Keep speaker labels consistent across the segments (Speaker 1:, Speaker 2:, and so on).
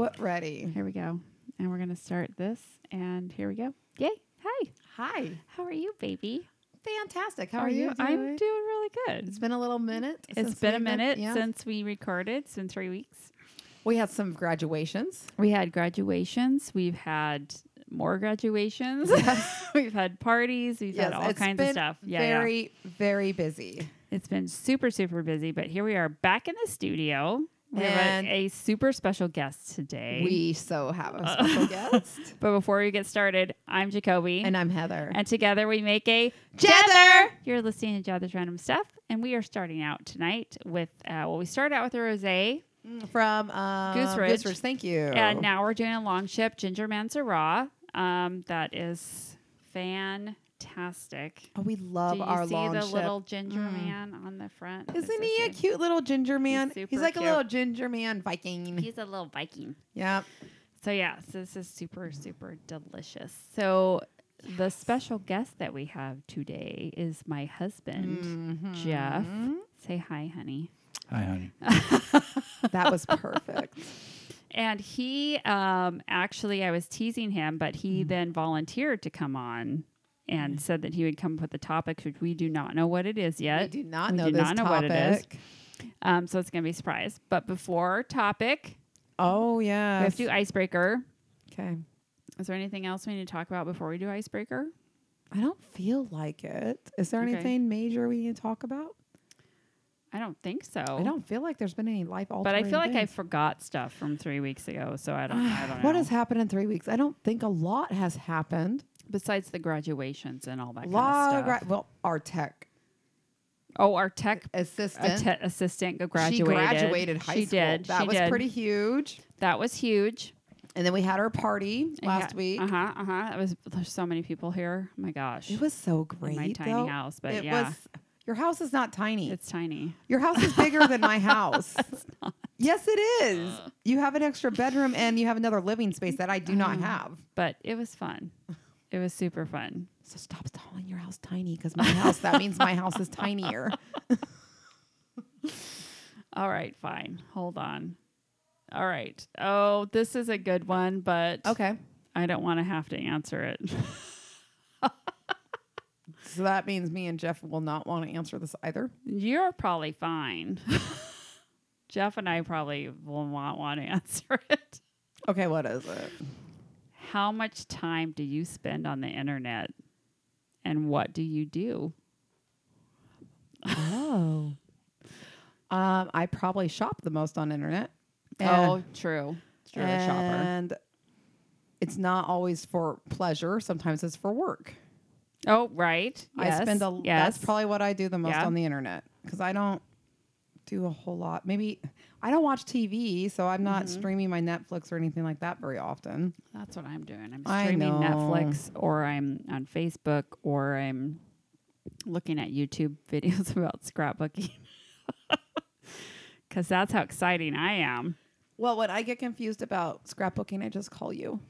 Speaker 1: about ready.
Speaker 2: Here we go. And we're going to start this. And here we go. Yay. Hi.
Speaker 1: Hi.
Speaker 2: How are you, baby?
Speaker 1: Fantastic. How are, you?
Speaker 2: I'm
Speaker 1: doing?
Speaker 2: doing really good.
Speaker 1: It's been a little minute.
Speaker 2: it's
Speaker 1: since
Speaker 2: been a
Speaker 1: we've
Speaker 2: minute
Speaker 1: yeah.
Speaker 2: since we recorded, it's been three weeks.
Speaker 1: we had some graduations.
Speaker 2: We had graduations. We've had more graduations. we've had parties. We've had all
Speaker 1: it's
Speaker 2: kinds
Speaker 1: been
Speaker 2: of stuff. Yeah, yeah.
Speaker 1: Very, very busy.
Speaker 2: It's been super, super busy, but here we are back in the studio. We have
Speaker 1: And-
Speaker 2: a, a super special guest today.
Speaker 1: We so have
Speaker 2: Uh.
Speaker 1: a special guest.
Speaker 2: but before we get started, I'm Jacoby.
Speaker 1: And I'm Heather.
Speaker 2: and together we make a
Speaker 1: Jether!
Speaker 2: You're listening to Jother's Random Stuff, and we are starting out tonight with, uh, well, we started out with a rosé,
Speaker 1: From uh,
Speaker 2: Goose Ridge.
Speaker 1: Thank you.
Speaker 2: and now we're doing a long ship ginger man Syrah. Um, that is fantastic.
Speaker 1: Oh, we love
Speaker 2: Do you
Speaker 1: our
Speaker 2: see
Speaker 1: long
Speaker 2: the
Speaker 1: ship.
Speaker 2: little ginger
Speaker 1: Mm.
Speaker 2: man on the front? It's
Speaker 1: Isn't
Speaker 2: so
Speaker 1: he a cute little ginger man? He's,
Speaker 2: super
Speaker 1: like
Speaker 2: cute.
Speaker 1: a little ginger man Viking.
Speaker 2: He's a little Viking.
Speaker 1: yeah.
Speaker 2: So yeah, so this is super super delicious. So the special guest that we have today is my husband,
Speaker 1: Mm-hmm.
Speaker 2: Jeff. Say hi, honey.
Speaker 3: Hi, honey.
Speaker 1: that was perfect.
Speaker 2: And he um, actually, I was teasing him, but
Speaker 1: Mm-hmm.
Speaker 2: he then volunteered to come on and said that he would come up with the topic, which we do not know what it is
Speaker 1: I
Speaker 2: yet.
Speaker 1: do not
Speaker 2: we
Speaker 1: know
Speaker 2: do
Speaker 1: this
Speaker 2: not know what
Speaker 1: topic.
Speaker 2: it is. Um, so it's going to be a surprise. But before topic,
Speaker 1: Oh yeah.
Speaker 2: we have to do icebreaker.
Speaker 1: Okay.
Speaker 2: Is there anything else we need to talk about before we do icebreaker?
Speaker 1: I don't feel like it. Is there
Speaker 2: Okay.
Speaker 1: anything major we need to talk about?
Speaker 2: I don't think so.
Speaker 1: I don't feel like there's been any life
Speaker 2: But
Speaker 1: altering.
Speaker 2: I feel like I forgot stuff from three weeks ago, so I don't. I don't know.
Speaker 1: What has happened in three weeks? I don't think a lot has happened.
Speaker 2: besides the graduations and all that
Speaker 1: A
Speaker 2: kind
Speaker 1: lot
Speaker 2: of
Speaker 1: of
Speaker 2: stuff?
Speaker 1: gra- well, our tech
Speaker 2: oh, our tech
Speaker 1: assistant.
Speaker 2: atte- assistant go-
Speaker 1: She
Speaker 2: graduated.
Speaker 1: graduated high
Speaker 2: She
Speaker 1: school.
Speaker 2: did.
Speaker 1: That
Speaker 2: She
Speaker 1: was
Speaker 2: did.
Speaker 1: pretty huge.
Speaker 2: That was huge.
Speaker 1: And then we had our party last week.
Speaker 2: Uh huh. Uh huh. It was. There's so many people here. Oh my gosh.
Speaker 1: It was so great.
Speaker 2: in my tiny
Speaker 1: though.
Speaker 2: house, but
Speaker 1: it
Speaker 2: yeah,
Speaker 1: was. Your house is not tiny.
Speaker 2: it's tiny.
Speaker 1: Your house is bigger than my house. Yes, it is. You have an extra bedroom and you have another living space that I do not
Speaker 2: Um,
Speaker 1: have.
Speaker 2: But it was fun. It was super fun.
Speaker 1: So stop calling your house tiny because my house, that means my house is tinier.
Speaker 2: All right. Fine. Hold on. All right. Oh, this is a good one, but
Speaker 1: Okay.
Speaker 2: I don't want to have to answer it.
Speaker 1: So that means me and Jeff will not want to answer this either.
Speaker 2: You're probably fine. Jeff and I probably will not want to answer it.
Speaker 1: Okay, what is it?
Speaker 2: How much time do you spend on the internet? And what do you do?
Speaker 1: Oh. Um, I probably shop the most on internet.
Speaker 2: Oh, true. True.
Speaker 1: Uh,
Speaker 2: a shopper.
Speaker 1: And it's not always for pleasure. Sometimes it's for work.
Speaker 2: Oh, right.
Speaker 1: I spend a
Speaker 2: yes.
Speaker 1: that's probably what I do the most
Speaker 2: Yeah.
Speaker 1: on the internet because I don't do a whole lot. Maybe I don't watch TV, so I'm not streaming my Netflix or anything like that very often.
Speaker 2: that's what I'm doing. I'm
Speaker 1: I
Speaker 2: streaming
Speaker 1: know.
Speaker 2: Netflix, or I'm on Facebook, or I'm looking at YouTube videos about scrapbooking. Because that's how exciting I am.
Speaker 1: Well, when I get confused about scrapbooking, I just call you.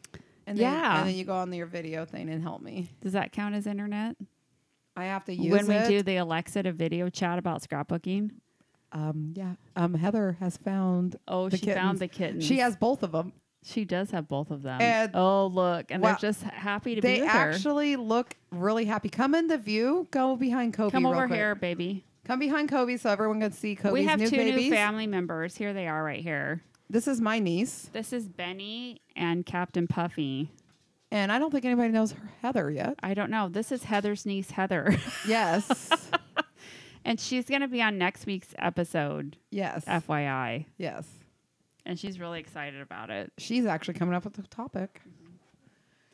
Speaker 1: And then,
Speaker 2: Yeah.
Speaker 1: and then you go on your video thing and help me.
Speaker 2: Does that count as internet?
Speaker 1: I have to use
Speaker 2: when we
Speaker 1: it.
Speaker 2: do the Alexa to video chat about scrapbooking.
Speaker 1: um, yeah. Um, Heather has found.
Speaker 2: Oh,
Speaker 1: the
Speaker 2: she found the
Speaker 1: kittens.
Speaker 2: kitten.
Speaker 1: She has both of them.
Speaker 2: She does have both of them.
Speaker 1: And-
Speaker 2: oh, look, and
Speaker 1: Wow.
Speaker 2: they're just happy to
Speaker 1: They
Speaker 2: be with her.
Speaker 1: actually look really happy. Come into view. Go behind Kobe.
Speaker 2: Come
Speaker 1: real
Speaker 2: over
Speaker 1: quick.
Speaker 2: here, baby.
Speaker 1: Come behind Kobe so everyone can see Kobe's
Speaker 2: we have
Speaker 1: new
Speaker 2: two
Speaker 1: babies.
Speaker 2: new family members. Here they are, right here.
Speaker 1: This is my niece,
Speaker 2: This is Benny and Captain Puffy.
Speaker 1: and I don't think anybody knows her Heather yet.
Speaker 2: I don't know. This is Heather's niece, Heather,
Speaker 1: Yes,
Speaker 2: and she's going to be on next week's episode,
Speaker 1: yes,
Speaker 2: FYI.
Speaker 1: yes.
Speaker 2: And she's really excited about it.
Speaker 1: She's actually coming up with the topic,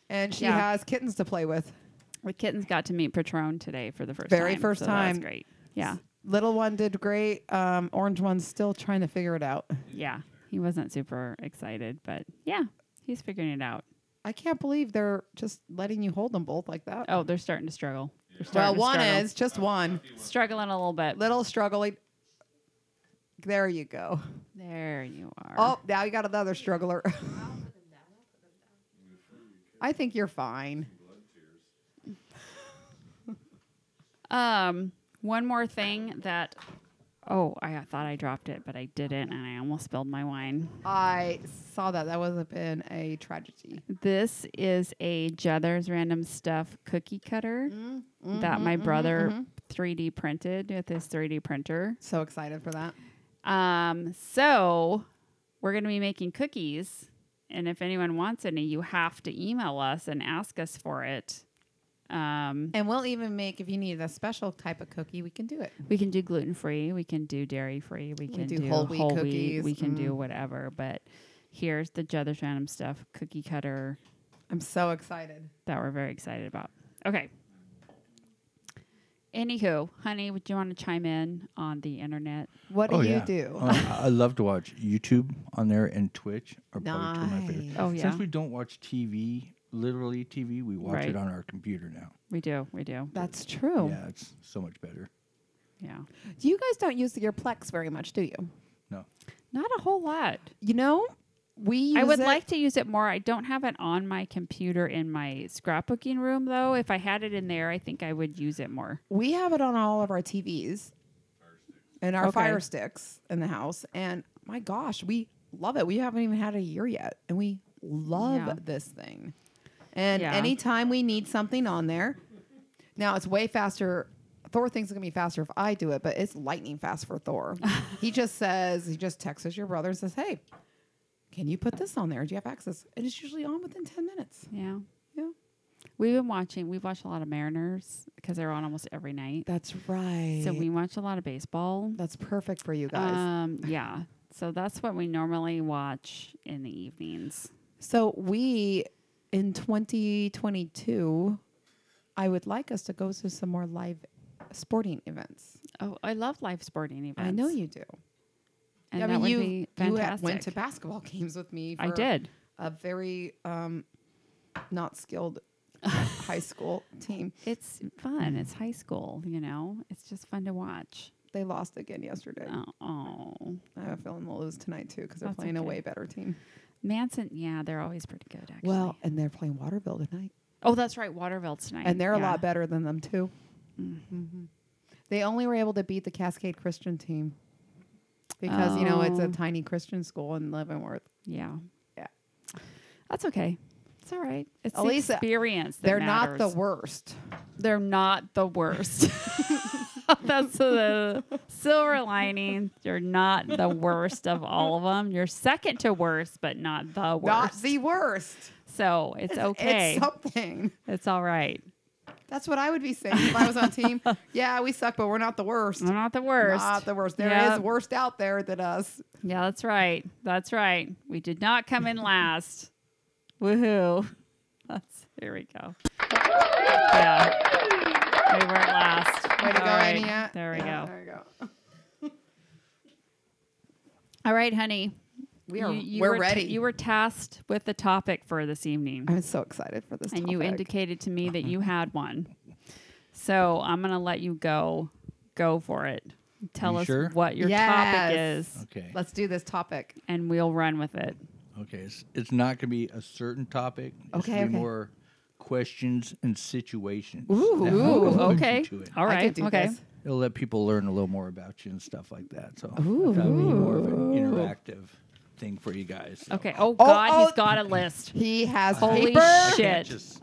Speaker 1: and she
Speaker 2: Yeah.
Speaker 1: has kittens to play with.
Speaker 2: The kittens got to meet Patron today for the first
Speaker 1: Very
Speaker 2: time,
Speaker 1: first
Speaker 2: so that was
Speaker 1: time.
Speaker 2: great. Yeah,
Speaker 1: Little one did great. Um, orange one's still trying to figure it out.
Speaker 2: yeah. He wasn't super excited, but yeah, he's figuring it out.
Speaker 1: I can't believe they're just letting you hold them both like that.
Speaker 2: Oh, they're starting to struggle. They're
Speaker 1: well,
Speaker 2: starting to
Speaker 1: one
Speaker 2: struggle.
Speaker 1: is just one
Speaker 2: struggling a little bit.
Speaker 1: little struggling. There you go.
Speaker 2: There you are.
Speaker 1: Oh, now you got another struggler. I think you're fine.
Speaker 2: Um, one more thing that Oh, I thought I dropped it, but I didn't, and I almost spilled my wine.
Speaker 1: I saw that. That would have been a tragedy.
Speaker 2: This is a Jether's Random Stuff cookie cutter that my brother 3D printed with his 3D printer.
Speaker 1: So excited for that.
Speaker 2: Um, so we're going to be making cookies. And if anyone wants any, you have to email us and ask us for it. Um,
Speaker 1: And we'll even make, if you need a special type of cookie, we can do it.
Speaker 2: we can do gluten free, we can do dairy free, we can
Speaker 1: do
Speaker 2: do,
Speaker 1: whole wheat cookies, mm.
Speaker 2: we can do whatever. But here's the Jether's Random Stuff cookie cutter
Speaker 1: I'm so excited.
Speaker 2: that we're very excited about. Okay. Anywho, honey, would you want to chime in on the internet?
Speaker 1: What do
Speaker 3: oh
Speaker 1: you
Speaker 3: yeah.
Speaker 1: do?
Speaker 3: Uh, I love to watch YouTube on there and Twitch are probably two of my favorites.
Speaker 1: Nice.
Speaker 2: Oh yeah,
Speaker 3: Since we don't watch TV, literally TV, we watch
Speaker 2: Right.
Speaker 3: it on our computer now.
Speaker 2: we do, we do.
Speaker 1: That's true.
Speaker 3: Yeah, it's so much better.
Speaker 2: Yeah,
Speaker 1: You guys don't use your Plex very much, do you?
Speaker 3: No.
Speaker 2: not a whole lot.
Speaker 1: You know, we use
Speaker 2: I would
Speaker 1: it-
Speaker 2: like to use it more. I don't have it on my computer in my scrapbooking room though. If I had it in there, I think I would use it more.
Speaker 1: we have it on all of our TVs and our
Speaker 2: Okay.
Speaker 1: fire sticks in the house. And my gosh, we love it. We haven't even had a year yet, and we love
Speaker 2: Yeah.
Speaker 1: this thing. And
Speaker 2: Yeah.
Speaker 1: anytime we need something on there, now it's way faster. Thor thinks it's gonna be faster if I do it, but it's lightning fast for Thor. he just says, he just texts your brother and says, Hey, can you put this on there? Do you have access? And it's usually on within 10 minutes.
Speaker 2: Yeah,
Speaker 1: Yeah.
Speaker 2: we've been watching. We've watched a lot of Mariners because they're on almost every night.
Speaker 1: That's right.
Speaker 2: So we watch a lot of baseball.
Speaker 1: That's perfect for you guys.
Speaker 2: Um, yeah. So that's what we normally watch in the evenings.
Speaker 1: So we in 2022, I would like us to go to some more live sporting events.
Speaker 2: Oh, I love live sporting events.
Speaker 1: I know you do.
Speaker 2: And
Speaker 1: I
Speaker 2: that
Speaker 1: mean,
Speaker 2: would
Speaker 1: you
Speaker 2: be
Speaker 1: you
Speaker 2: fantastic.
Speaker 1: had- went to basketball games with me. For
Speaker 2: I did.
Speaker 1: a very um, not skilled high school team.
Speaker 2: It's fun.
Speaker 1: Mm.
Speaker 2: It's high school, you know. It's just fun to watch.
Speaker 1: They lost again yesterday.
Speaker 2: Oh, oh.
Speaker 1: I have a feeling they'll lose tonight too because they're
Speaker 2: That's
Speaker 1: playing a
Speaker 2: okay.
Speaker 1: way better team.
Speaker 2: Manson, yeah, they're always pretty good actually.
Speaker 1: Well, and they're playing Waterville tonight,
Speaker 2: oh, that's right, Waterville tonight.
Speaker 1: and they're a
Speaker 2: Yeah. Mm-hmm.
Speaker 1: lot better than them too. They only were able to beat the Cascade Christian team because you know it's a
Speaker 2: Oh.
Speaker 1: tiny Christian school in Leavenworth.
Speaker 2: Yeah.
Speaker 1: Yeah.
Speaker 2: That's okay. It's all right. It's the
Speaker 1: Elisa,
Speaker 2: experience. That
Speaker 1: They're not the
Speaker 2: matters.
Speaker 1: worst.
Speaker 2: they're not the worst. That's the silver lining. You're not the worst of all of them. You're second to worst, but not the worst.
Speaker 1: Not the worst.
Speaker 2: so it's, okay.
Speaker 1: It's
Speaker 2: It's,
Speaker 1: something.
Speaker 2: all right.
Speaker 1: That's what I would be saying if I was on team. yeah, we suck, but we're not the worst.
Speaker 2: I'm not the worst.
Speaker 1: Not the worst. There is
Speaker 2: Yeah.
Speaker 1: worst out there than us.
Speaker 2: Yeah, that's right. That's right. We did not come in last. Woohoo. That's here we go. Yeah. We weren't last.
Speaker 1: Way to
Speaker 2: All
Speaker 1: go,
Speaker 2: right.
Speaker 1: Anya.
Speaker 2: There we
Speaker 1: Yeah,
Speaker 2: go.
Speaker 1: There we go.
Speaker 2: All right, honey.
Speaker 1: We are.
Speaker 2: You- you
Speaker 1: we're
Speaker 2: were t-
Speaker 1: ready.
Speaker 2: you were tasked with the topic for this evening,
Speaker 1: I'm so excited for this.
Speaker 2: and you
Speaker 1: topic. Uh-uh.
Speaker 2: indicated to me that you had one. So I'm gonna let you go. Go for it. Tell
Speaker 3: You
Speaker 2: us
Speaker 3: sure?
Speaker 2: what your topic
Speaker 1: Yes.
Speaker 2: is,
Speaker 3: Okay.
Speaker 1: Let's do this topic.
Speaker 2: and we'll run with it.
Speaker 3: Okay. It's, it's not going to be a certain topic. It's
Speaker 1: Okay,
Speaker 3: gonna be
Speaker 1: okay.
Speaker 3: More questions and situations.
Speaker 1: Ooh,
Speaker 3: that
Speaker 1: ooh,
Speaker 3: helps put you
Speaker 2: okay.
Speaker 3: to it.
Speaker 2: All
Speaker 1: I
Speaker 2: right.
Speaker 1: could do
Speaker 2: okay.
Speaker 1: this.
Speaker 3: It'll let people learn a little more about you and stuff like that. So ooh. that'll be more of an interactive thing for you guys. so.
Speaker 2: Okay. Oh God,
Speaker 1: oh.
Speaker 2: he's got a list.
Speaker 1: He has
Speaker 2: Holy
Speaker 1: paper.
Speaker 3: I can't
Speaker 2: shit.
Speaker 3: just,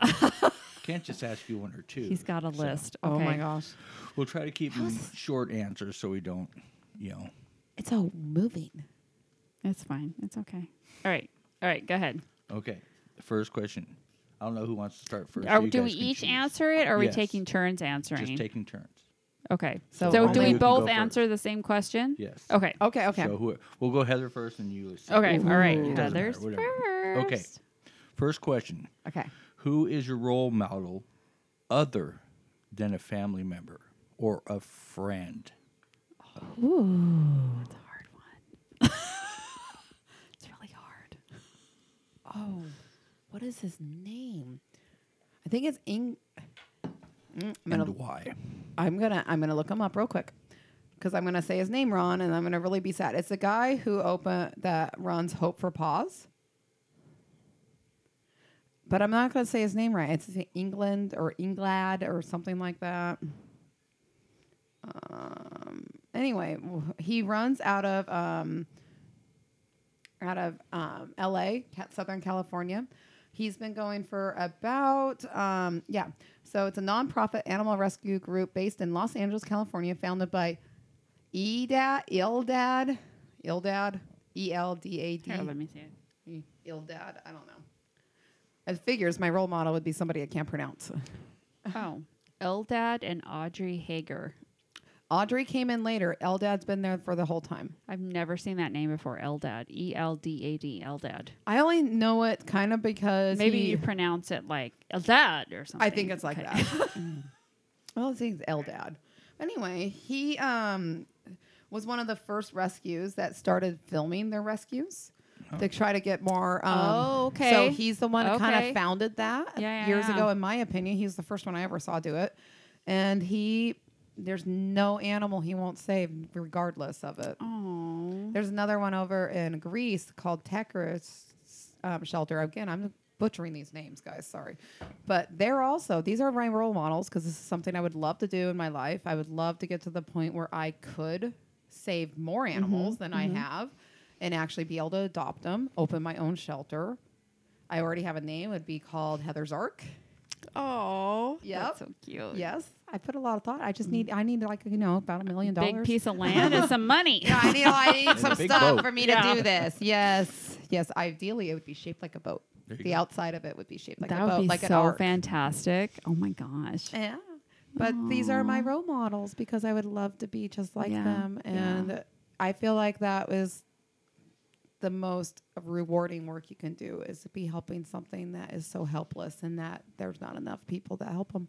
Speaker 3: can't just ask you one or two.
Speaker 2: He's got a
Speaker 3: so.
Speaker 2: list.
Speaker 1: Oh my
Speaker 2: Okay.
Speaker 1: gosh,
Speaker 3: We'll try to keep them short answers so we don't, you know.
Speaker 1: it's all moving.
Speaker 2: It's fine. It's okay. All right. All right. Go ahead.
Speaker 3: Okay. First question. I don't know who wants to start first. so
Speaker 2: Are,
Speaker 3: you
Speaker 2: do we
Speaker 3: guys can
Speaker 2: each
Speaker 3: choose.
Speaker 2: answer it, or are
Speaker 3: Yes.
Speaker 2: we taking turns answering?
Speaker 3: Just taking turns.
Speaker 2: okay.
Speaker 1: So
Speaker 2: So,
Speaker 1: only
Speaker 2: do
Speaker 1: you
Speaker 2: we
Speaker 1: can
Speaker 3: go
Speaker 2: both
Speaker 3: first.
Speaker 2: answer the same question?
Speaker 3: Yes.
Speaker 2: Okay.
Speaker 1: Okay, okay.
Speaker 3: So who, we'll go Heather first and you. Lisa.
Speaker 2: Okay. All right.
Speaker 1: Ooh.
Speaker 3: Doesn't matter,
Speaker 2: Heather's
Speaker 3: whatever. Okay.
Speaker 2: first.
Speaker 3: First question.
Speaker 1: okay.
Speaker 3: Who is your role model other than a family member or a friend?
Speaker 2: It's a hard one. it's really hard.
Speaker 1: Oh, what is his name? I think it's Ing. Mm, I'm gonna,
Speaker 3: and why?
Speaker 1: I'm gonna, I'm gonna look him up real quick because I'm gonna say his name wrong, and I'm gonna really be sad. It's the guy who open that runs Hope for Pause, but I'm not gonna say his name right. It's England or Englad or something like that. Um, anyway, w- he runs out of um, out of um, L.A., Ca- Southern California. He's been going for about um, yeah. So it's a nonprofit animal rescue group based in Los Angeles, California, founded by E Edad Ildad Ildad E L D A D
Speaker 2: Here, let me see it.
Speaker 1: Ildad. I don't know. Mm. As figures, my role model would be somebody I can't pronounce.
Speaker 2: Oh, Eldad and Audrey Hager.
Speaker 1: Audrey came in later. Eldad's been there for the whole time.
Speaker 2: I've never seen that name before. Eldad. E L D A D. Eldad.
Speaker 1: I only know it kind of because
Speaker 2: Maybe
Speaker 1: he-
Speaker 2: you pronounce it like Eldad or something. Mm.
Speaker 1: I think it's like
Speaker 2: Okay.
Speaker 1: that. well, his name's Eldad. Anyway, he um, was one of the first rescues that started filming their rescues to try to get more. Um,
Speaker 2: Oh,
Speaker 1: So
Speaker 2: okay.
Speaker 1: he's the one who kind
Speaker 2: Okay.
Speaker 1: of founded that
Speaker 2: Yeah, yeah,
Speaker 1: years
Speaker 2: yeah.
Speaker 1: ago, in my opinion. He's the first one I ever saw do it, and he. There's no animal he won't save, regardless of it.
Speaker 2: Oh.
Speaker 1: There's another one over in Greece called Tekris um, Shelter. Again, I'm butchering these names, guys. Sorry, but they're also these are my role models because this is something I would love to do in my life. I would love to get to the point where I could save more
Speaker 2: Mm-hmm.
Speaker 1: animals than I have, and actually be able to adopt them, open my own shelter. I already have a name. It'd be called Heather's Ark.
Speaker 2: Oh.
Speaker 1: Yep.
Speaker 2: That's so cute.
Speaker 1: Yes, I put a lot of thought. I just need. I need like you know about a million dollars.
Speaker 2: Big piece of land and some money.
Speaker 1: Yeah, I need, I need
Speaker 3: And a
Speaker 1: some
Speaker 3: big
Speaker 1: stuff
Speaker 3: boat.
Speaker 1: for me to
Speaker 2: Yeah.
Speaker 1: do this. Yes. Yes. Ideally, it would be shaped like a boat.
Speaker 3: There you
Speaker 1: The
Speaker 3: go.
Speaker 1: outside of it would be shaped like
Speaker 2: that
Speaker 1: a boat,
Speaker 2: would be
Speaker 1: like an
Speaker 2: so
Speaker 1: ark.
Speaker 2: fantastic. Oh my gosh.
Speaker 1: Yeah. But these are my
Speaker 2: Aw.
Speaker 1: role models because I would love to be just like
Speaker 2: Yeah,
Speaker 1: them.
Speaker 2: yeah.
Speaker 1: And I feel like that was the most rewarding work you can do is to be helping something that is so helpless and that there's not enough people that help them.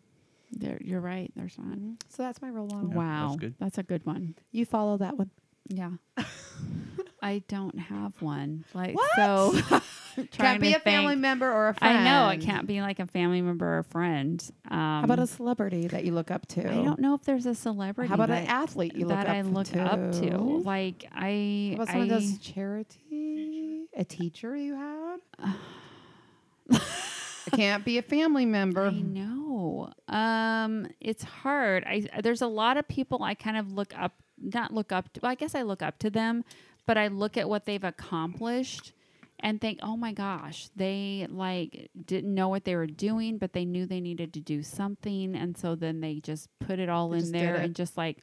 Speaker 2: There, you're right. There's one.
Speaker 1: So that's my role model.
Speaker 3: Yeah, that's
Speaker 2: wow.
Speaker 3: good.
Speaker 2: a good one.
Speaker 1: You follow that one.
Speaker 2: Yeah. I don't have one. Like
Speaker 1: What?
Speaker 2: so trying
Speaker 1: Can't be
Speaker 2: to
Speaker 1: a family
Speaker 2: think.
Speaker 1: member or a friend.
Speaker 2: I know it can't be like a family member or a friend. Um,
Speaker 1: How about a celebrity that you look up to?
Speaker 2: I don't know if there's a celebrity
Speaker 1: How about
Speaker 2: that,
Speaker 1: an athlete you look
Speaker 2: that
Speaker 1: up
Speaker 2: I look
Speaker 1: to?
Speaker 2: up to. Like I,
Speaker 1: How about
Speaker 2: I
Speaker 1: someone that does charity? A teacher you had? it can't be a family member.
Speaker 2: I know. Um, it's hard. I there's a lot of people I kind of look up, not look up. To, well, I guess I look up to them, but I look at what they've accomplished and think, oh my gosh, they like didn't know what they were doing, but they knew they needed to do something, and so then they just put it all
Speaker 1: They
Speaker 2: in
Speaker 1: just did
Speaker 2: there
Speaker 1: it.
Speaker 2: and just like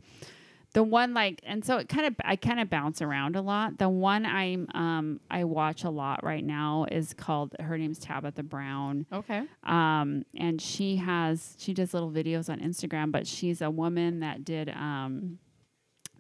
Speaker 2: the one like and so it kind of i kind of bounce around a lot the one i'm um i watch a lot right now is called her name's tabitha brown
Speaker 1: Okay.
Speaker 2: um, and she has she does little videos on Instagram, but she's a woman that did um,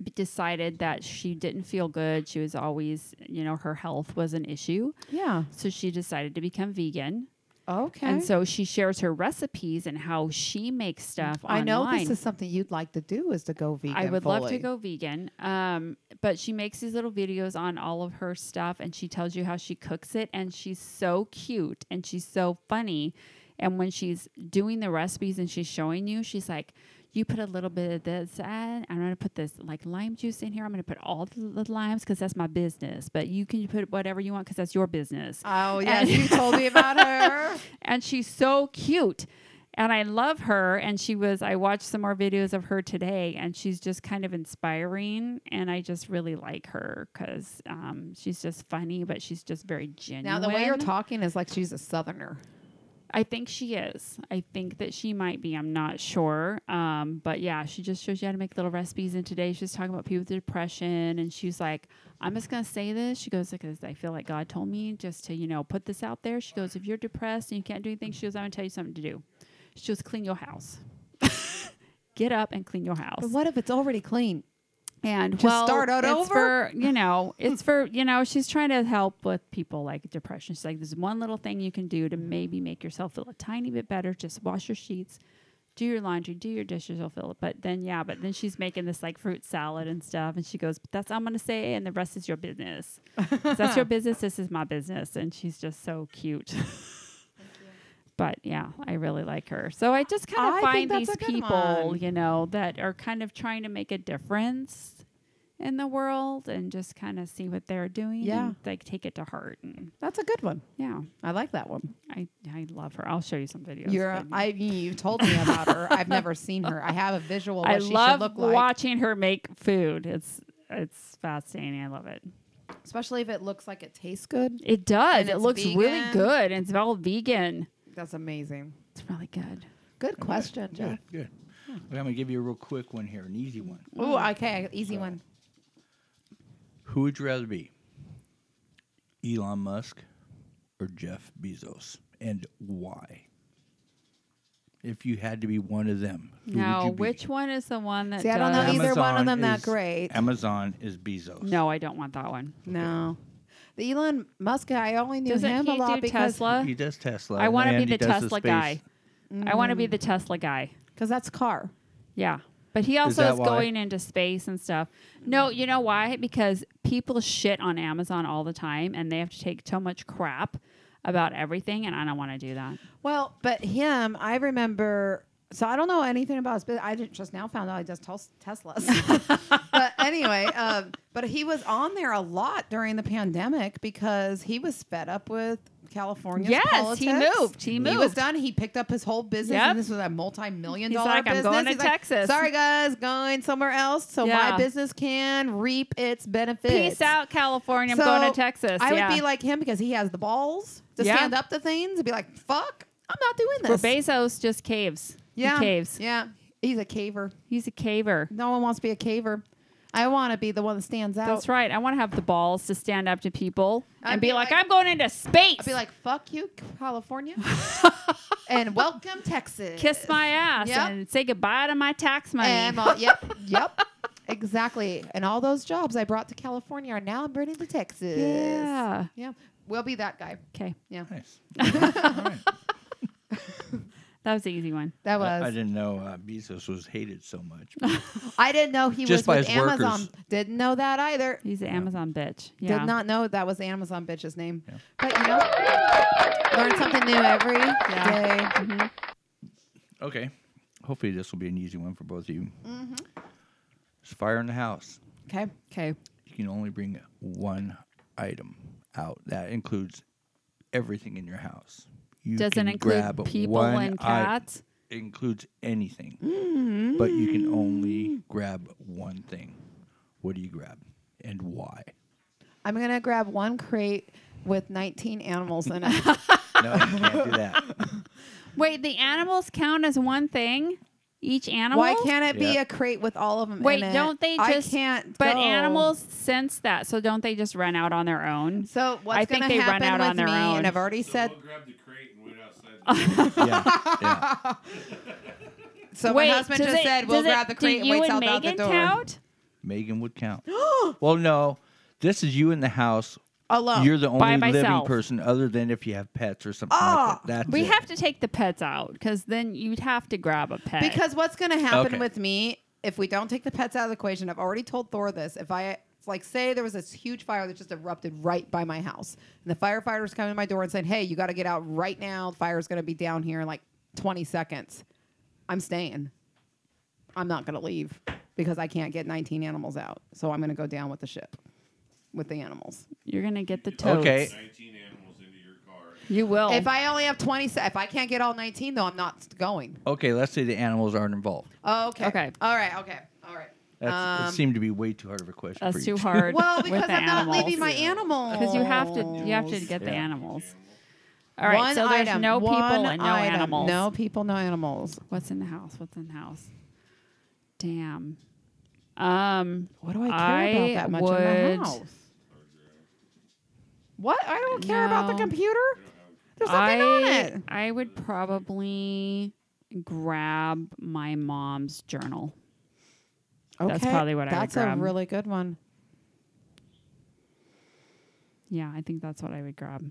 Speaker 2: b- decided that she didn't feel good. She was always, you know, her health was an issue,
Speaker 1: Yeah.
Speaker 2: so she decided to become vegan.
Speaker 1: Okay.
Speaker 2: And so she shares her recipes and how she makes stuff.
Speaker 1: I know
Speaker 2: online.
Speaker 1: this is something you'd like to do is to go vegan.
Speaker 2: I would love to
Speaker 1: fully.
Speaker 2: go vegan. Um, but she makes these little videos on all of her stuff and she tells you how she cooks it. And she's so cute and she's so funny. And when she's doing the recipes and she's showing you, she's like, you put a little bit of this in. I'm gonna put this like lime juice in here. I'm gonna put all the, the limes because that's my business. But you can put whatever you want because that's your business
Speaker 1: Oh yes,
Speaker 2: And-
Speaker 1: you told me about her.
Speaker 2: and she's so cute and i love her and she was i watched some more videos of her today and she's just kind of inspiring and i just really like her because um, she's just funny but she's just very genuine
Speaker 1: Now the way you're talking is like she's a southerner.
Speaker 2: i think she is i think that she might be i'm not sure um, but yeah she just shows you how to make little recipes and today she was talking about people with depression and she's like i'm just going to say this she goes because i feel like god told me just to you know put this out there she goes if you're depressed and you can't do anything she goes i'm going to tell you something to do she goes clean your house get up and clean your house
Speaker 1: But what if it's already clean?
Speaker 2: and
Speaker 1: Just
Speaker 2: well,
Speaker 1: start out
Speaker 2: it's
Speaker 1: over? Hmm.
Speaker 2: for you know it's for you know she's trying to help with people like depression she's like there's one little thing you can do to
Speaker 1: Hmm.
Speaker 2: maybe make yourself feel a tiny bit better just wash your sheets do your laundry do your dishes you'll feel it but then yeah but then she's making this like fruit salad and stuff and she goes but that's all i'm gonna say and the rest is your business So that's your business this is my business and she's just so cute but yeah i really like her so i just kind
Speaker 1: I
Speaker 2: of
Speaker 1: think
Speaker 2: find
Speaker 1: that's
Speaker 2: these
Speaker 1: a good
Speaker 2: people
Speaker 1: one.
Speaker 2: you know that are kind of trying to make a difference in the world and just kind of see what they're doing.
Speaker 1: Yeah.
Speaker 2: and, like take it to heart. And
Speaker 1: That's a good one.
Speaker 2: yeah,
Speaker 1: I like that one.
Speaker 2: I I love her. I'll show you some videos.
Speaker 1: You're,
Speaker 2: but
Speaker 1: I, you told me about her. I've never seen her. I have a visual. What
Speaker 2: I
Speaker 1: she
Speaker 2: love
Speaker 1: should look like.
Speaker 2: watching her make food. It's it's fascinating. I love it.
Speaker 1: especially if it looks like it tastes good.
Speaker 2: It does.
Speaker 1: And
Speaker 2: it
Speaker 1: it's
Speaker 2: looks really
Speaker 1: vegan.
Speaker 2: good. And it's all vegan.
Speaker 1: That's amazing.
Speaker 2: It's really good.
Speaker 1: Good question,
Speaker 3: Good,
Speaker 1: Jeff.
Speaker 3: Good. Okay, I'm gonna give you a real quick one here, an easy one.
Speaker 1: Oh, okay, easy one.
Speaker 3: Who would you rather be, Elon Musk or Jeff Bezos, and why? If you had to be one of them, who would
Speaker 2: Now,
Speaker 3: you be?
Speaker 2: which one is the one that?
Speaker 1: See, I don't know
Speaker 2: does-
Speaker 1: either one of
Speaker 3: Amazon
Speaker 1: them that
Speaker 3: is-
Speaker 1: great.
Speaker 3: Amazon is Bezos.
Speaker 2: No, I don't want that one.
Speaker 1: No, the Elon Musk guy. I only knew
Speaker 2: Doesn't
Speaker 1: him
Speaker 2: he
Speaker 1: a lot
Speaker 2: do
Speaker 1: because
Speaker 2: Tesla?
Speaker 3: he does Tesla.
Speaker 2: I want to be
Speaker 3: and he
Speaker 2: the
Speaker 3: does
Speaker 2: Tesla
Speaker 3: space.
Speaker 2: guy. I want to
Speaker 1: Mm-hmm.
Speaker 2: be the Tesla guy.
Speaker 1: because that's car.
Speaker 2: Yeah. But he also
Speaker 3: that
Speaker 2: is
Speaker 3: why?
Speaker 2: going into space and stuff. No, you know why? Because people shit on Amazon all the time and they have to take so much crap about everything and I don't want to do that.
Speaker 1: Well, but him, I remember. So I don't know anything about his business. I didn't- just now found out he does tes- Teslas. but anyway, um, but he was on there a lot during the pandemic because he was fed up with California.
Speaker 2: Yes, he moved. He
Speaker 1: He was
Speaker 2: moved.
Speaker 1: done. He picked up his whole business,
Speaker 2: Yep.
Speaker 1: and this was a multi-million
Speaker 2: He's
Speaker 1: dollar
Speaker 2: like, "I'm
Speaker 1: business.
Speaker 2: going to
Speaker 1: He's like,
Speaker 2: Texas."
Speaker 1: Sorry, guys, going somewhere else. So
Speaker 2: Yeah.
Speaker 1: my business can reap its benefits.
Speaker 2: Peace out, California. I'm going to
Speaker 1: So,
Speaker 2: Texas.
Speaker 1: I
Speaker 2: yeah.
Speaker 1: would be like him because he has the balls to
Speaker 2: Yeah.
Speaker 1: stand up to things and be like, "Fuck, I'm not doing
Speaker 2: For
Speaker 1: this."
Speaker 2: Bezos just caves. He
Speaker 1: yeah,
Speaker 2: caves.
Speaker 1: Yeah, he's a caver.
Speaker 2: He's a caver.
Speaker 1: No one wants to be a caver. I want to be the one that stands out.
Speaker 2: That's right. I want to have the balls to stand up to people
Speaker 1: I'd
Speaker 2: and be,
Speaker 1: be
Speaker 2: like,
Speaker 1: like-
Speaker 2: I'm going into space.
Speaker 1: I'd be like, "Fuck you, California," and welcome Texas.
Speaker 2: kiss my ass
Speaker 1: Yep.
Speaker 2: and say goodbye to my tax money.
Speaker 1: And my- yep, yep, exactly. And all those jobs I brought to California are now bringing to Texas.
Speaker 2: Yeah.
Speaker 1: yeah. We'll be that guy.
Speaker 2: okay.
Speaker 1: Yeah,
Speaker 3: Nice. All right.
Speaker 2: That was the easy one.
Speaker 1: that was.
Speaker 3: I, I didn't know uh, Bezos was hated so much. but
Speaker 1: I didn't know he was
Speaker 3: Just by
Speaker 1: with
Speaker 3: his
Speaker 1: Amazon.
Speaker 3: workers.
Speaker 1: Didn't know that either.
Speaker 2: He's an Amazon bitch. Yeah.
Speaker 1: Did not know that was the Amazon bitch's name. But you know, learn something new every day.
Speaker 2: Mm-hmm.
Speaker 3: okay. Hopefully, this will be an easy one for both of you. There's fire in the house.
Speaker 1: Okay. Okay.
Speaker 3: You can only bring one item out. That includes everything in your house. You
Speaker 2: Doesn't
Speaker 3: can
Speaker 2: include
Speaker 3: grab
Speaker 2: people
Speaker 3: one
Speaker 2: and
Speaker 3: item.
Speaker 2: cats.
Speaker 3: It includes anything, but you can only grab one thing. What do you grab, and why?
Speaker 1: I'm gonna grab one crate with 19 animals in it.
Speaker 3: No, you can't do that.
Speaker 2: Wait, the animals count as one thing? Each animal?
Speaker 1: Why can't it be
Speaker 3: Yeah.
Speaker 1: a crate with all of them?
Speaker 2: Wait,
Speaker 1: in it?
Speaker 2: don't they
Speaker 1: I
Speaker 2: just
Speaker 1: can't.
Speaker 2: But
Speaker 1: go.
Speaker 2: animals sense that, so don't they just run out on their own?
Speaker 1: So what's
Speaker 2: I think
Speaker 1: gonna
Speaker 2: they run
Speaker 1: happen
Speaker 2: out
Speaker 1: with
Speaker 2: on their
Speaker 1: me?
Speaker 2: own.
Speaker 1: And I've already
Speaker 4: So
Speaker 1: said.
Speaker 4: we'll grab the crate and wait outside. the-
Speaker 3: Yeah, yeah.
Speaker 1: So
Speaker 2: Wait,
Speaker 1: my husband
Speaker 2: does
Speaker 1: just
Speaker 2: it-
Speaker 1: said we'll
Speaker 2: does it-
Speaker 1: grab the
Speaker 2: do
Speaker 1: crate and
Speaker 2: you
Speaker 1: wait
Speaker 2: and
Speaker 1: till out the
Speaker 2: Megan
Speaker 1: door.
Speaker 2: count?
Speaker 3: Megan would count. well, no, this is you in the house.
Speaker 1: Alone.
Speaker 3: You're the only living
Speaker 2: myself.
Speaker 3: person, other than if you have pets or something
Speaker 1: Ah,
Speaker 3: like that. That's
Speaker 2: We
Speaker 3: it.
Speaker 2: have to take the pets out because then you'd have to grab a pet.
Speaker 1: Because what's going to happen
Speaker 3: Okay.
Speaker 1: with me if we don't take the pets out of the equation? I've already told Thor this. If I it's like say there was this huge fire that just erupted right by my house, and the firefighters come to my door and said, "Hey, you got to get out right now. The fire's going to be down here in like 20 seconds." I'm staying. I'm not going to leave because I can't get 19 animals out. So I'm going to go down with the ship with the animals.
Speaker 2: you're gonna get the toads.
Speaker 3: Okay.
Speaker 4: Nineteen animals into your car.
Speaker 2: You will.
Speaker 1: If I only have 20, se- if I can't get all 19 though, I'm not going.
Speaker 3: Okay, let's say the animals aren't involved.
Speaker 1: Okay.
Speaker 2: Okay.
Speaker 1: All right. Okay. All right.
Speaker 3: That's,
Speaker 1: Um,
Speaker 3: it seemed to be way too hard of a question. for
Speaker 2: That's
Speaker 3: you
Speaker 2: too
Speaker 3: two.
Speaker 2: hard.
Speaker 1: Well,
Speaker 2: with
Speaker 1: because
Speaker 2: the
Speaker 1: I'm
Speaker 2: animals.
Speaker 1: not leaving my animal.
Speaker 2: because you have to you have to get the
Speaker 3: Yeah.
Speaker 2: animals. All right,
Speaker 1: One
Speaker 2: so there's
Speaker 1: item,
Speaker 2: no people
Speaker 1: one
Speaker 2: and no
Speaker 1: item.
Speaker 2: animals.
Speaker 1: No people, no animals.
Speaker 2: What's in the house? What's in the house? Damn. Um,
Speaker 1: What do I care
Speaker 2: I
Speaker 1: about that much in
Speaker 2: would-
Speaker 1: the house? What? I don't care about the
Speaker 2: No.
Speaker 1: computer. There's nothing on
Speaker 2: I
Speaker 1: it.
Speaker 2: I would probably grab my mom's journal. that's probably what I would
Speaker 1: That's
Speaker 2: grab.
Speaker 1: a really good one.
Speaker 2: Yeah, I think that's what I would grab.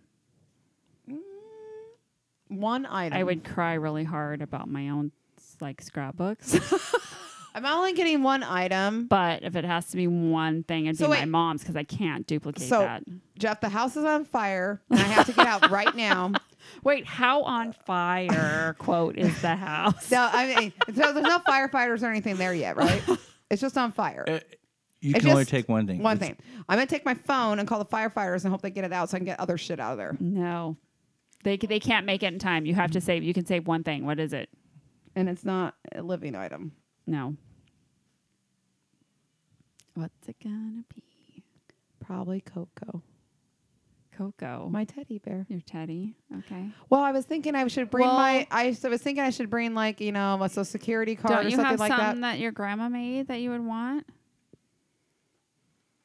Speaker 1: One item.
Speaker 2: I would cry really hard about my own like scrapbooks,
Speaker 1: I'm only getting one item.
Speaker 2: but if it has to be one thing, it'd
Speaker 1: So
Speaker 2: be my
Speaker 1: wait.
Speaker 2: mom's because I can't duplicate
Speaker 1: So,
Speaker 2: that.
Speaker 1: Jeff, the house is on fire, and I have to get out right now.
Speaker 2: Wait, how on fire? quote is the house.
Speaker 1: So I mean, so there's no firefighters or anything there yet, right? It's just on fire.
Speaker 3: Uh, You
Speaker 1: It's
Speaker 3: can only
Speaker 1: just
Speaker 3: take one thing.
Speaker 1: One
Speaker 3: It's-
Speaker 1: thing. I'm gonna take my phone and call the firefighters and hope they get it out so I can get other shit out of there.
Speaker 2: No, they they can't make it in time. You have to save. You can save one thing. What is it?
Speaker 1: And it's not a living item.
Speaker 2: No. What's it gonna be?
Speaker 1: Probably Coco,
Speaker 2: Coco.
Speaker 1: my teddy bear.
Speaker 2: your teddy. Okay.
Speaker 1: Well, I was thinking I should bring
Speaker 2: Well-
Speaker 1: my. I s- I was thinking I should bring like you know my social security card
Speaker 2: Don't
Speaker 1: or
Speaker 2: you
Speaker 1: something
Speaker 2: have
Speaker 1: like
Speaker 2: something that.
Speaker 1: that.
Speaker 2: your grandma made that you would want,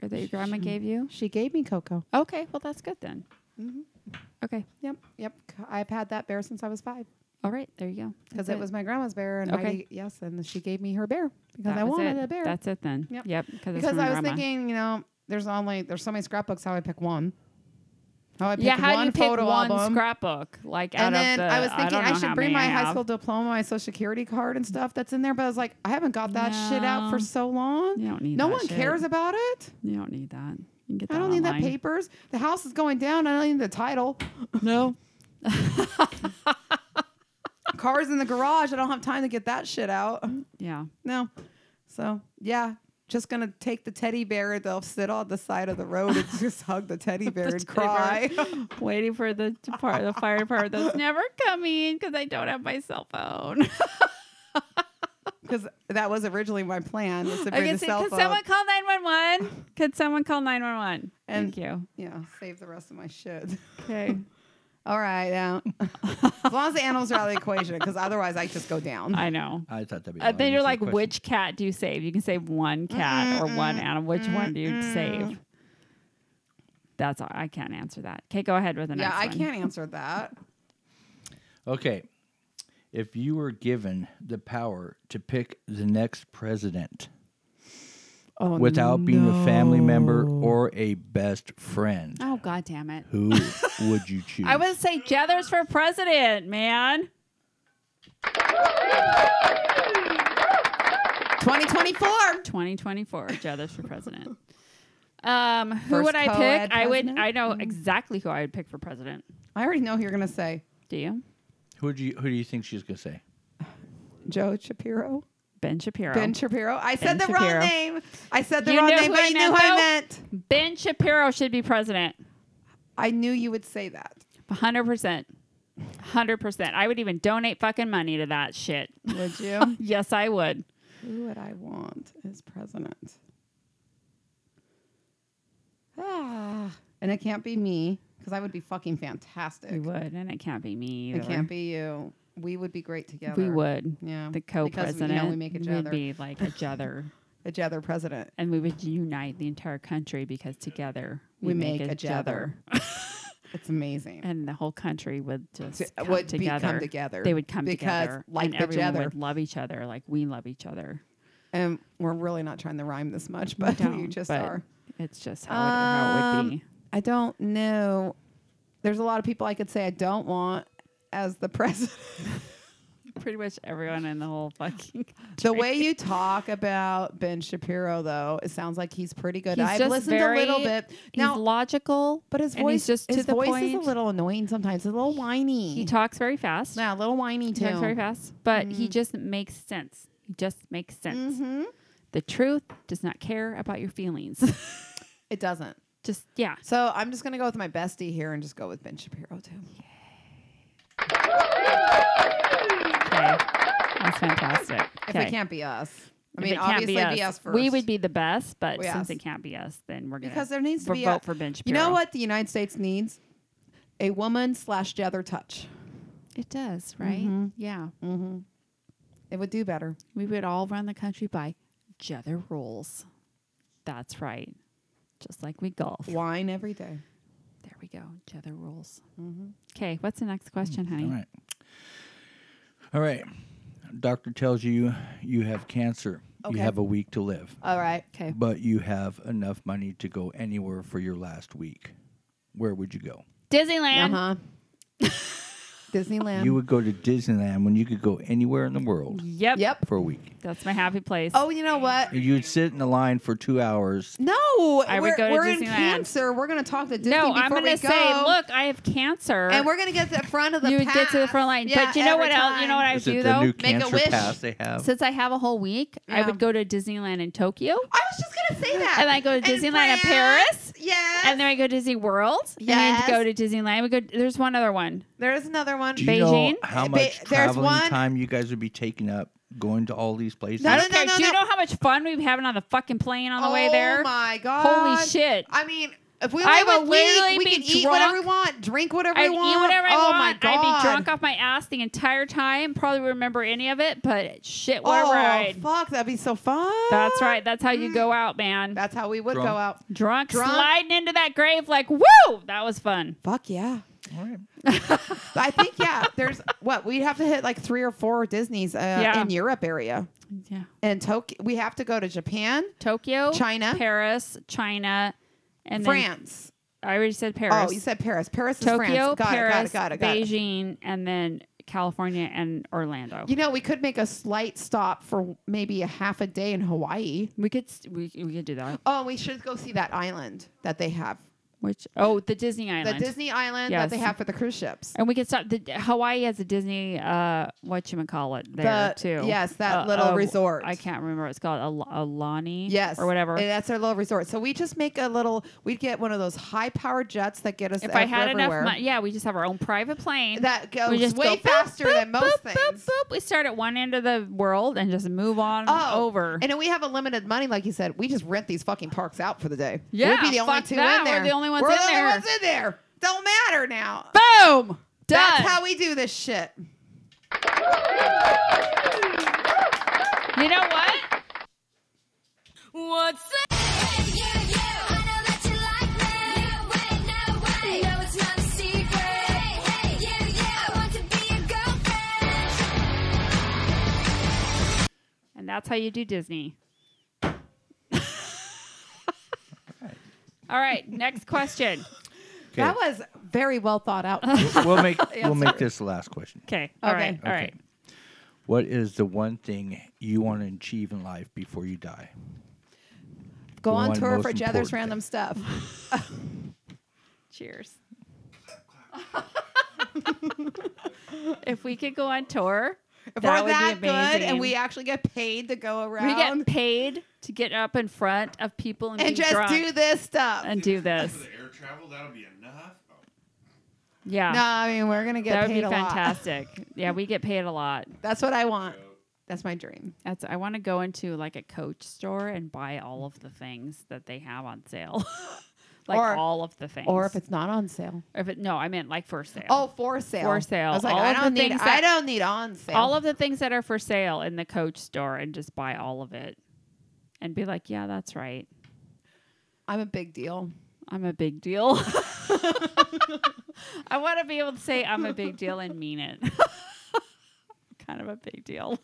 Speaker 2: or that your grandma gave you?
Speaker 1: She gave me Coco.
Speaker 2: Okay, well that's good then.
Speaker 1: Mm-hmm.
Speaker 2: Okay,
Speaker 1: Yep, yep. C- I've had that bear since I was five
Speaker 2: all right, there you go.
Speaker 1: because
Speaker 2: That's
Speaker 1: it was my grandma's bear, and
Speaker 2: Okay.
Speaker 1: Heidi- yes, and she gave me her bear because
Speaker 2: That
Speaker 1: I
Speaker 2: was
Speaker 1: wanted
Speaker 2: it.
Speaker 1: a bear.
Speaker 2: That's it then.
Speaker 1: Yep.
Speaker 2: Yep. Because
Speaker 1: because I was thinking, you know, there's only there's so many scrapbooks. How I pick one? How I pick
Speaker 2: yeah, how do
Speaker 1: one
Speaker 2: you pick
Speaker 1: photo
Speaker 2: one
Speaker 1: album?
Speaker 2: scrapbook? Like
Speaker 1: and
Speaker 2: out
Speaker 1: then
Speaker 2: of the,
Speaker 1: I was thinking
Speaker 2: don't
Speaker 1: I,
Speaker 2: know
Speaker 1: should
Speaker 2: how
Speaker 1: bring
Speaker 2: many
Speaker 1: my
Speaker 2: I
Speaker 1: high
Speaker 2: have.
Speaker 1: school diploma, my social security card, and stuff that's in there. But I was like, I haven't got that shit out for
Speaker 2: No.
Speaker 1: so long.
Speaker 2: You don't need
Speaker 1: no
Speaker 2: that
Speaker 1: one
Speaker 2: shit.
Speaker 1: cares about it.
Speaker 2: You don't need that. You can get that.
Speaker 1: I don't need that
Speaker 2: online.
Speaker 1: papers. The house is going down. I don't need the title.
Speaker 2: No.
Speaker 1: Cars in the garage. I don't have time to get that shit out.
Speaker 2: Yeah.
Speaker 1: No. So yeah, just gonna take the teddy bear. They'll sit on the side of the road and just hug the teddy bear and cry.
Speaker 2: teddy Waiting for the depart- the fire department that's never coming because I don't have my cell phone.
Speaker 1: Because that was originally my plan. Was to
Speaker 2: I
Speaker 1: bring
Speaker 2: can
Speaker 1: the
Speaker 2: see.
Speaker 1: cell
Speaker 2: Could
Speaker 1: phone.
Speaker 2: someone call nine one one? Could someone call nine one one?
Speaker 1: And-
Speaker 2: Thank you.
Speaker 1: yeah, save the rest of my shit.
Speaker 2: Okay.
Speaker 1: All right, now as long as the animals are out of the equation, because otherwise I just go down.
Speaker 2: I know.
Speaker 3: I thought that'd be.
Speaker 2: Uh,
Speaker 3: an
Speaker 2: then you're
Speaker 3: easy
Speaker 2: like,
Speaker 3: question.
Speaker 2: which cat do you save? You can save one cat or one animal. Which one do you save? That's all. I can't answer that. Okay, go ahead with the
Speaker 1: yeah,
Speaker 2: next
Speaker 1: I
Speaker 2: one.
Speaker 1: can't answer that.
Speaker 3: Okay. If you were given the power to pick the next president
Speaker 1: Oh,
Speaker 3: without being a family member or a best friend,
Speaker 2: Oh God damn it!
Speaker 3: who would you choose?
Speaker 2: I would say Jethers for president, man.
Speaker 1: 2024.
Speaker 2: 2024 Jethers for president. Um, who
Speaker 1: First
Speaker 2: would I
Speaker 1: co-ed
Speaker 2: pick? I would.
Speaker 1: president?
Speaker 2: I know exactly who I would pick for president.
Speaker 1: I already know who you're gonna say.
Speaker 2: Do you?
Speaker 3: Who do you who do you think she's gonna say?
Speaker 1: Joe Shapiro.
Speaker 2: Ben Shapiro.
Speaker 1: Ben Shapiro. I said
Speaker 2: Oh. Ben
Speaker 1: the
Speaker 2: Shapiro.
Speaker 1: wrong name. I said the
Speaker 2: You
Speaker 1: wrong
Speaker 2: knew
Speaker 1: name,
Speaker 2: who
Speaker 1: but
Speaker 2: I
Speaker 1: you knew
Speaker 2: meant,
Speaker 1: who I
Speaker 2: though?
Speaker 1: meant.
Speaker 2: ben Shapiro should be president.
Speaker 1: I knew you would say that.
Speaker 2: 100%. 100%. I would even donate fucking money to that shit.
Speaker 1: Would you?
Speaker 2: Yes, I would.
Speaker 1: Who would I want as president? Ah, and it can't be me because I would be fucking fantastic.
Speaker 2: We would, and it can't be me.
Speaker 1: It
Speaker 2: either.
Speaker 1: can't be you. We would be great together.
Speaker 2: We would.
Speaker 1: Yeah.
Speaker 2: The
Speaker 1: Because, you know,
Speaker 2: co-president.
Speaker 1: we make each
Speaker 2: would
Speaker 1: other.
Speaker 2: be like each other,
Speaker 1: Each other president.
Speaker 2: and we would unite the entire country because together
Speaker 1: We make each other. It's amazing.
Speaker 2: and the whole country would just
Speaker 1: To-
Speaker 2: come
Speaker 1: would be- come
Speaker 2: together.
Speaker 1: together.
Speaker 2: They would come
Speaker 1: Because,
Speaker 2: together,
Speaker 1: like
Speaker 2: and
Speaker 1: each
Speaker 2: everyone
Speaker 1: other.
Speaker 2: would love each other, like we love each other.
Speaker 1: and we're really not trying to rhyme this much,
Speaker 2: We
Speaker 1: but we
Speaker 2: don't,
Speaker 1: just
Speaker 2: but
Speaker 1: are.
Speaker 2: It's just how, it, how it would
Speaker 1: Um,
Speaker 2: be.
Speaker 1: I don't know. There's a lot of people I could say I don't want as the president.
Speaker 2: Pretty much everyone in the whole fucking.
Speaker 1: the way you talk about Ben Shapiro, though, it sounds like he's pretty good.
Speaker 2: He's
Speaker 1: I've
Speaker 2: just
Speaker 1: listened
Speaker 2: very-
Speaker 1: a little bit
Speaker 2: Now, he's
Speaker 1: now,
Speaker 2: logical,
Speaker 1: but his
Speaker 2: and
Speaker 1: voice
Speaker 2: he's just to
Speaker 1: his
Speaker 2: the
Speaker 1: voice is a
Speaker 2: point.
Speaker 1: little annoying sometimes. It's a little whiny.
Speaker 2: He talks very fast.
Speaker 1: yeah, a little whiny
Speaker 2: he
Speaker 1: too.
Speaker 2: talks very fast, but he just makes sense. He just makes sense.
Speaker 1: hmm
Speaker 2: The truth does not care about your feelings.
Speaker 1: It doesn't.
Speaker 2: just yeah,
Speaker 1: So I'm just gonna go with my bestie here and just go with Ben Shapiro too.
Speaker 2: okay. that's fantastic.
Speaker 1: If
Speaker 2: Okay.
Speaker 1: it can't be us, I
Speaker 2: If
Speaker 1: mean,
Speaker 2: it can't
Speaker 1: obviously
Speaker 2: be us,
Speaker 1: first.
Speaker 2: We would be the best, but
Speaker 1: Yes.
Speaker 2: since it can't be us, then we're gonna
Speaker 1: because there needs to be
Speaker 2: vote
Speaker 1: a,
Speaker 2: for Ben Shapiro.
Speaker 1: You know what the United States needs? A woman slash Jether touch.
Speaker 2: It does, right? Yeah,
Speaker 1: It would do better.
Speaker 2: we would all run the country by Jether rules. That's right. Just like we golf.
Speaker 1: Wine every day.
Speaker 2: There we go. Jether rules. Mm-hmm. Okay, what's the next question, honey?
Speaker 3: All right. All right. Doctor tells you you have cancer.
Speaker 1: Okay.
Speaker 3: You have a week to live,
Speaker 1: All right.
Speaker 2: Okay.
Speaker 3: but you have enough money to go anywhere for your last week. Where would you go?
Speaker 2: Disneyland.
Speaker 1: Uh huh. Disneyland.
Speaker 3: you would go to Disneyland when you could go anywhere in the world
Speaker 2: Yep.
Speaker 1: yep.
Speaker 3: for a week.
Speaker 2: That's my happy place.
Speaker 1: Oh, you know what?
Speaker 3: You'd sit in the line for two hours.
Speaker 1: No,
Speaker 2: I would
Speaker 1: we're,
Speaker 2: go to
Speaker 1: we're in
Speaker 2: Disneyland.
Speaker 1: cancer. We're going to talk to Disney
Speaker 2: no,
Speaker 1: before
Speaker 2: I'm
Speaker 1: we
Speaker 2: gonna
Speaker 1: go.
Speaker 2: say, look, I have cancer.
Speaker 1: and we're going to get to the front of the.
Speaker 2: you would get to the front
Speaker 1: pass.
Speaker 2: line.
Speaker 1: Yeah,
Speaker 2: but you know
Speaker 1: every
Speaker 2: what else? You know what
Speaker 1: time.
Speaker 2: I would
Speaker 3: Is it
Speaker 2: do
Speaker 3: the
Speaker 2: though?
Speaker 3: new
Speaker 1: Make a
Speaker 3: cancer
Speaker 1: wish.
Speaker 3: pass they have?
Speaker 2: Since I have a whole week, I
Speaker 1: Yeah.
Speaker 2: would go to Disneyland in Tokyo.
Speaker 1: I was just going to say that.
Speaker 2: And I go to
Speaker 1: In
Speaker 2: Disneyland in
Speaker 1: France,
Speaker 2: Paris,
Speaker 1: Yes.
Speaker 2: and then I go to Disney World.
Speaker 1: Yes.
Speaker 2: And then we go to Disneyland. We go. There's one other one.
Speaker 1: there is another one.
Speaker 3: Do you know
Speaker 2: Beijing?
Speaker 3: how
Speaker 1: Ba-
Speaker 3: much
Speaker 1: there's
Speaker 3: traveling
Speaker 1: one-
Speaker 3: time you guys would be taking up going to all these places?
Speaker 1: No,
Speaker 2: I
Speaker 1: no,
Speaker 2: don't care.
Speaker 1: no,
Speaker 2: Do you
Speaker 1: no.
Speaker 2: know how much fun we were having on the fucking plane on the way there?
Speaker 1: Oh my god!
Speaker 2: Holy shit!
Speaker 1: I mean, if we
Speaker 2: I
Speaker 1: live a
Speaker 2: would
Speaker 1: week,
Speaker 2: literally
Speaker 1: we
Speaker 2: be
Speaker 1: can eat whatever we
Speaker 2: drunk.
Speaker 1: want, drink whatever
Speaker 2: I'd
Speaker 1: we want.
Speaker 2: eat whatever I
Speaker 1: oh
Speaker 2: want.
Speaker 1: my god!
Speaker 2: I'd be drunk off my ass the entire time. Probably remember any of it, but shit, what
Speaker 1: oh
Speaker 2: a ride!
Speaker 1: fuck, that'd be so fun.
Speaker 2: That's right. That's how you go out, man.
Speaker 1: That's how we would
Speaker 3: Drunk.
Speaker 1: go out.
Speaker 2: drunk,
Speaker 1: Drunk.
Speaker 2: sliding into that grave like, woo! That was fun.
Speaker 1: Fuck yeah!
Speaker 3: All right.
Speaker 1: I think yeah. There's what we'd have to hit like three or four Disney's uh,
Speaker 2: Yeah.
Speaker 1: in Europe area
Speaker 2: Yeah.
Speaker 1: and Tokyo. We have to go to Japan,
Speaker 2: Tokyo,
Speaker 1: China.
Speaker 2: Paris, China, and then-
Speaker 1: France.
Speaker 2: I already said Paris.
Speaker 1: Oh, you said Paris. Paris is
Speaker 2: Tokyo,
Speaker 1: France. Got
Speaker 2: Paris,
Speaker 1: it. Got it. Got it. Got it.
Speaker 2: Beijing, and then California and Orlando.
Speaker 1: You know, we could make a slight stop for maybe a half a day in Hawaii.
Speaker 2: we could s- we, we could do that.
Speaker 1: Oh, and we should go see that island that they have.
Speaker 2: Which oh, the Disney
Speaker 1: The
Speaker 2: Island.
Speaker 1: Disney island that they
Speaker 2: Yes.
Speaker 1: have for the cruise ships.
Speaker 2: and we could stop. The, Hawaii has a Disney, uh, what you call it there
Speaker 1: The-
Speaker 2: too. Uh,
Speaker 1: yes, that little resort.
Speaker 2: I can't remember. what It's called Al- Alani.
Speaker 1: Yes.
Speaker 2: or whatever.
Speaker 1: And that's our little resort. So we just make a little, we'd get one of those high powered jets that get us
Speaker 2: if I had enough
Speaker 1: everywhere.
Speaker 2: money, yeah, we just have our own private plane.
Speaker 1: That goes
Speaker 2: we just
Speaker 1: way
Speaker 2: go boop,
Speaker 1: faster
Speaker 2: boop,
Speaker 1: than most
Speaker 2: boop,
Speaker 1: things.
Speaker 2: Boop, boop. We start at one end of the world and just move on
Speaker 1: Oh,
Speaker 2: over.
Speaker 1: And then we have unlimited money, like you said. We just rent these fucking parks out for the day.
Speaker 2: Yeah,
Speaker 1: We'd be the only
Speaker 2: fuck
Speaker 1: two
Speaker 2: that.
Speaker 1: in
Speaker 2: We're
Speaker 1: there.
Speaker 2: the only ones
Speaker 1: We're
Speaker 2: in
Speaker 1: the only
Speaker 2: there.
Speaker 1: ones in there. Don't matter now.
Speaker 2: Boom.
Speaker 1: That's
Speaker 2: Done.
Speaker 1: how we do this shit.
Speaker 2: you know what?
Speaker 5: What's up?
Speaker 2: And that's how you do Disney. All right, next question.
Speaker 3: Okay.
Speaker 1: That was very well thought out.
Speaker 3: we'll make we'll make this the last question.
Speaker 2: Okay. All right.
Speaker 1: Okay.
Speaker 2: All right.
Speaker 3: What is the one thing you want to achieve in life before you die?
Speaker 1: Go on
Speaker 3: One
Speaker 1: tour
Speaker 3: most
Speaker 1: for
Speaker 3: important
Speaker 1: Jether's
Speaker 3: thing.
Speaker 1: random stuff.
Speaker 2: Cheers. if we could go on tour,
Speaker 1: If
Speaker 2: that
Speaker 1: we're
Speaker 2: would
Speaker 1: that
Speaker 2: be
Speaker 1: good
Speaker 2: amazing.
Speaker 1: and we actually get paid to go around
Speaker 2: we get paid to get up in front of people and,
Speaker 1: and
Speaker 2: be
Speaker 1: just
Speaker 2: drunk
Speaker 1: do this stuff.
Speaker 2: and do this.
Speaker 4: For the air travel, that'll be enough. Oh,
Speaker 2: Yeah.
Speaker 1: no, I mean we're gonna get
Speaker 2: that would
Speaker 1: paid
Speaker 2: be
Speaker 1: a lot.
Speaker 2: fantastic. yeah, we get paid a lot.
Speaker 1: That's what I want.
Speaker 4: so-
Speaker 1: That's my dream.
Speaker 2: That's I want to go into like a Coach store and buy all of the things that they have on sale. like
Speaker 1: Or-
Speaker 2: all of the things.
Speaker 1: Or if it's not on sale.
Speaker 2: Or if it, no, I meant like for sale.
Speaker 1: Oh, for sale.
Speaker 2: For sale.
Speaker 1: I was like,
Speaker 2: All
Speaker 1: I
Speaker 2: of the
Speaker 1: don't need.
Speaker 2: things
Speaker 1: I
Speaker 2: that-
Speaker 1: don't need on sale.
Speaker 2: all of the things that are for sale in the Coach store and just buy all of it, and be like, yeah, that's right.
Speaker 1: I'm a big deal.
Speaker 2: I'm a big deal. I want to be able to say I'm a big deal and mean it. kind of a big deal.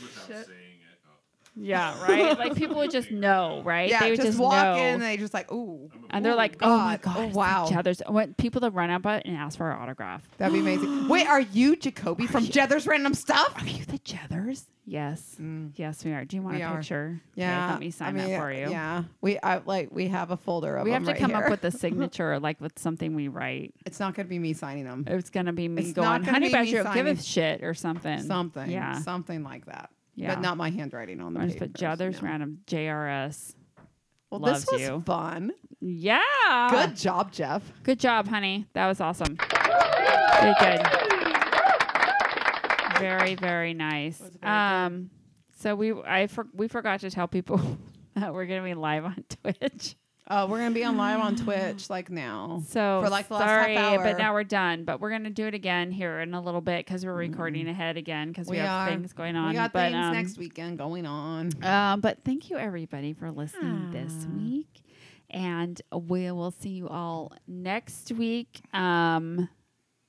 Speaker 4: Without saying it. Oh,
Speaker 2: Yeah, right. Like people would just know, right?
Speaker 1: Yeah,
Speaker 2: they would
Speaker 1: just,
Speaker 2: just,
Speaker 1: walk
Speaker 2: know.
Speaker 1: in and they just like, ooh,
Speaker 4: I'm a
Speaker 2: and they're
Speaker 4: fool.
Speaker 2: like, "Oh my
Speaker 1: God.
Speaker 2: god,
Speaker 1: Oh,
Speaker 2: it's
Speaker 1: wow.
Speaker 2: Jethers!" I want people to run up and ask for our autograph.
Speaker 1: that'd be amazing. Wait, are you Jacoby from Jether's Random Stuff? Hmm.
Speaker 2: Are you the Jethers? Yes, yes, we are. Do you want
Speaker 1: We
Speaker 2: a
Speaker 1: are.
Speaker 2: picture? Okay,
Speaker 1: Yeah,
Speaker 2: let me sign
Speaker 1: I mean,
Speaker 2: that for you.
Speaker 1: Yeah, we I, like we have a folder of
Speaker 2: We have
Speaker 1: them right
Speaker 2: to come up
Speaker 1: here.
Speaker 2: with a signature, like with something we write.
Speaker 1: It's not gonna be me signing them.
Speaker 2: It's gonna be me
Speaker 1: It's not
Speaker 2: going,
Speaker 1: gonna
Speaker 2: "Honey
Speaker 1: be me
Speaker 2: badger, give
Speaker 1: signing-
Speaker 2: a shit" or something.
Speaker 1: Something.
Speaker 2: Yeah.
Speaker 1: Something like that.
Speaker 2: Yeah.
Speaker 1: But not my handwriting on the
Speaker 2: I just
Speaker 1: paper.
Speaker 2: put Jethers random JRS.
Speaker 1: Well,
Speaker 2: Loves
Speaker 1: this was
Speaker 2: you. Uh,
Speaker 1: fun.
Speaker 2: Yeah.
Speaker 1: Good job, Jeff.
Speaker 2: Good job, honey. That was awesome. Very good. Very, very nice.
Speaker 1: was very good.
Speaker 2: Um, so we I for, we forgot to tell people that we're gonna be live on Twitch.
Speaker 1: Uh, we're gonna be on live on Twitch like now.
Speaker 2: So
Speaker 1: For, like, the last half
Speaker 2: sorry,
Speaker 1: hour.
Speaker 2: but now we're done. But we're gonna do it again here in a little bit because we're recording ahead again because we,
Speaker 1: Mm-hmm. We
Speaker 2: have
Speaker 1: are.
Speaker 2: things going on.
Speaker 1: we got
Speaker 2: but,
Speaker 1: things
Speaker 2: um,
Speaker 1: next weekend going on.
Speaker 2: Um, but thank you everybody for listening this week, and we will see you all next week. Um,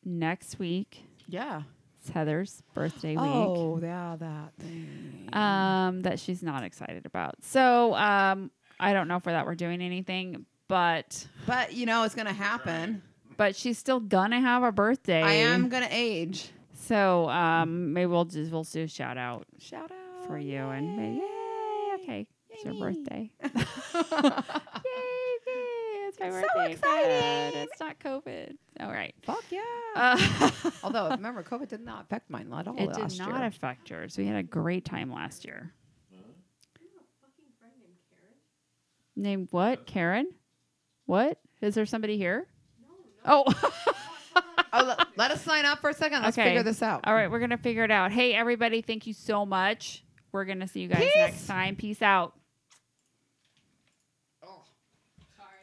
Speaker 2: next week
Speaker 1: Yeah.
Speaker 2: it's Heather's birthday
Speaker 1: Oh, yeah, that thing.
Speaker 2: week. Um, that she's not excited about. So um, I don't know if that we're doing anything, but
Speaker 1: But you know it's gonna happen.
Speaker 2: but she's still gonna have a birthday.
Speaker 1: I am gonna age.
Speaker 2: So um, maybe we'll just we'll do a shout out
Speaker 1: Shout out
Speaker 2: for you and maybe, yay, okay, it's your
Speaker 1: Oh, Yay.
Speaker 2: birthday. Yay, yay, it's my
Speaker 1: So
Speaker 2: birthday. Good.
Speaker 1: exciting. Oh.
Speaker 2: It's not COVID. All right.
Speaker 1: Fuck yeah.
Speaker 2: Uh,
Speaker 1: Although remember, COVID did not affect mine at all
Speaker 2: it
Speaker 1: last
Speaker 2: did not
Speaker 1: year.
Speaker 2: affect yours. We had a great time last year. Name what? Karen? What? Is there somebody here? Oh,
Speaker 1: Oh, let, let us sign up for a second. Let's
Speaker 2: okay.
Speaker 1: figure this out.
Speaker 2: All right, we're going to figure it out. Hey, everybody, thank you so much. We're going to see you guys
Speaker 1: Peace.
Speaker 2: next time. Peace out.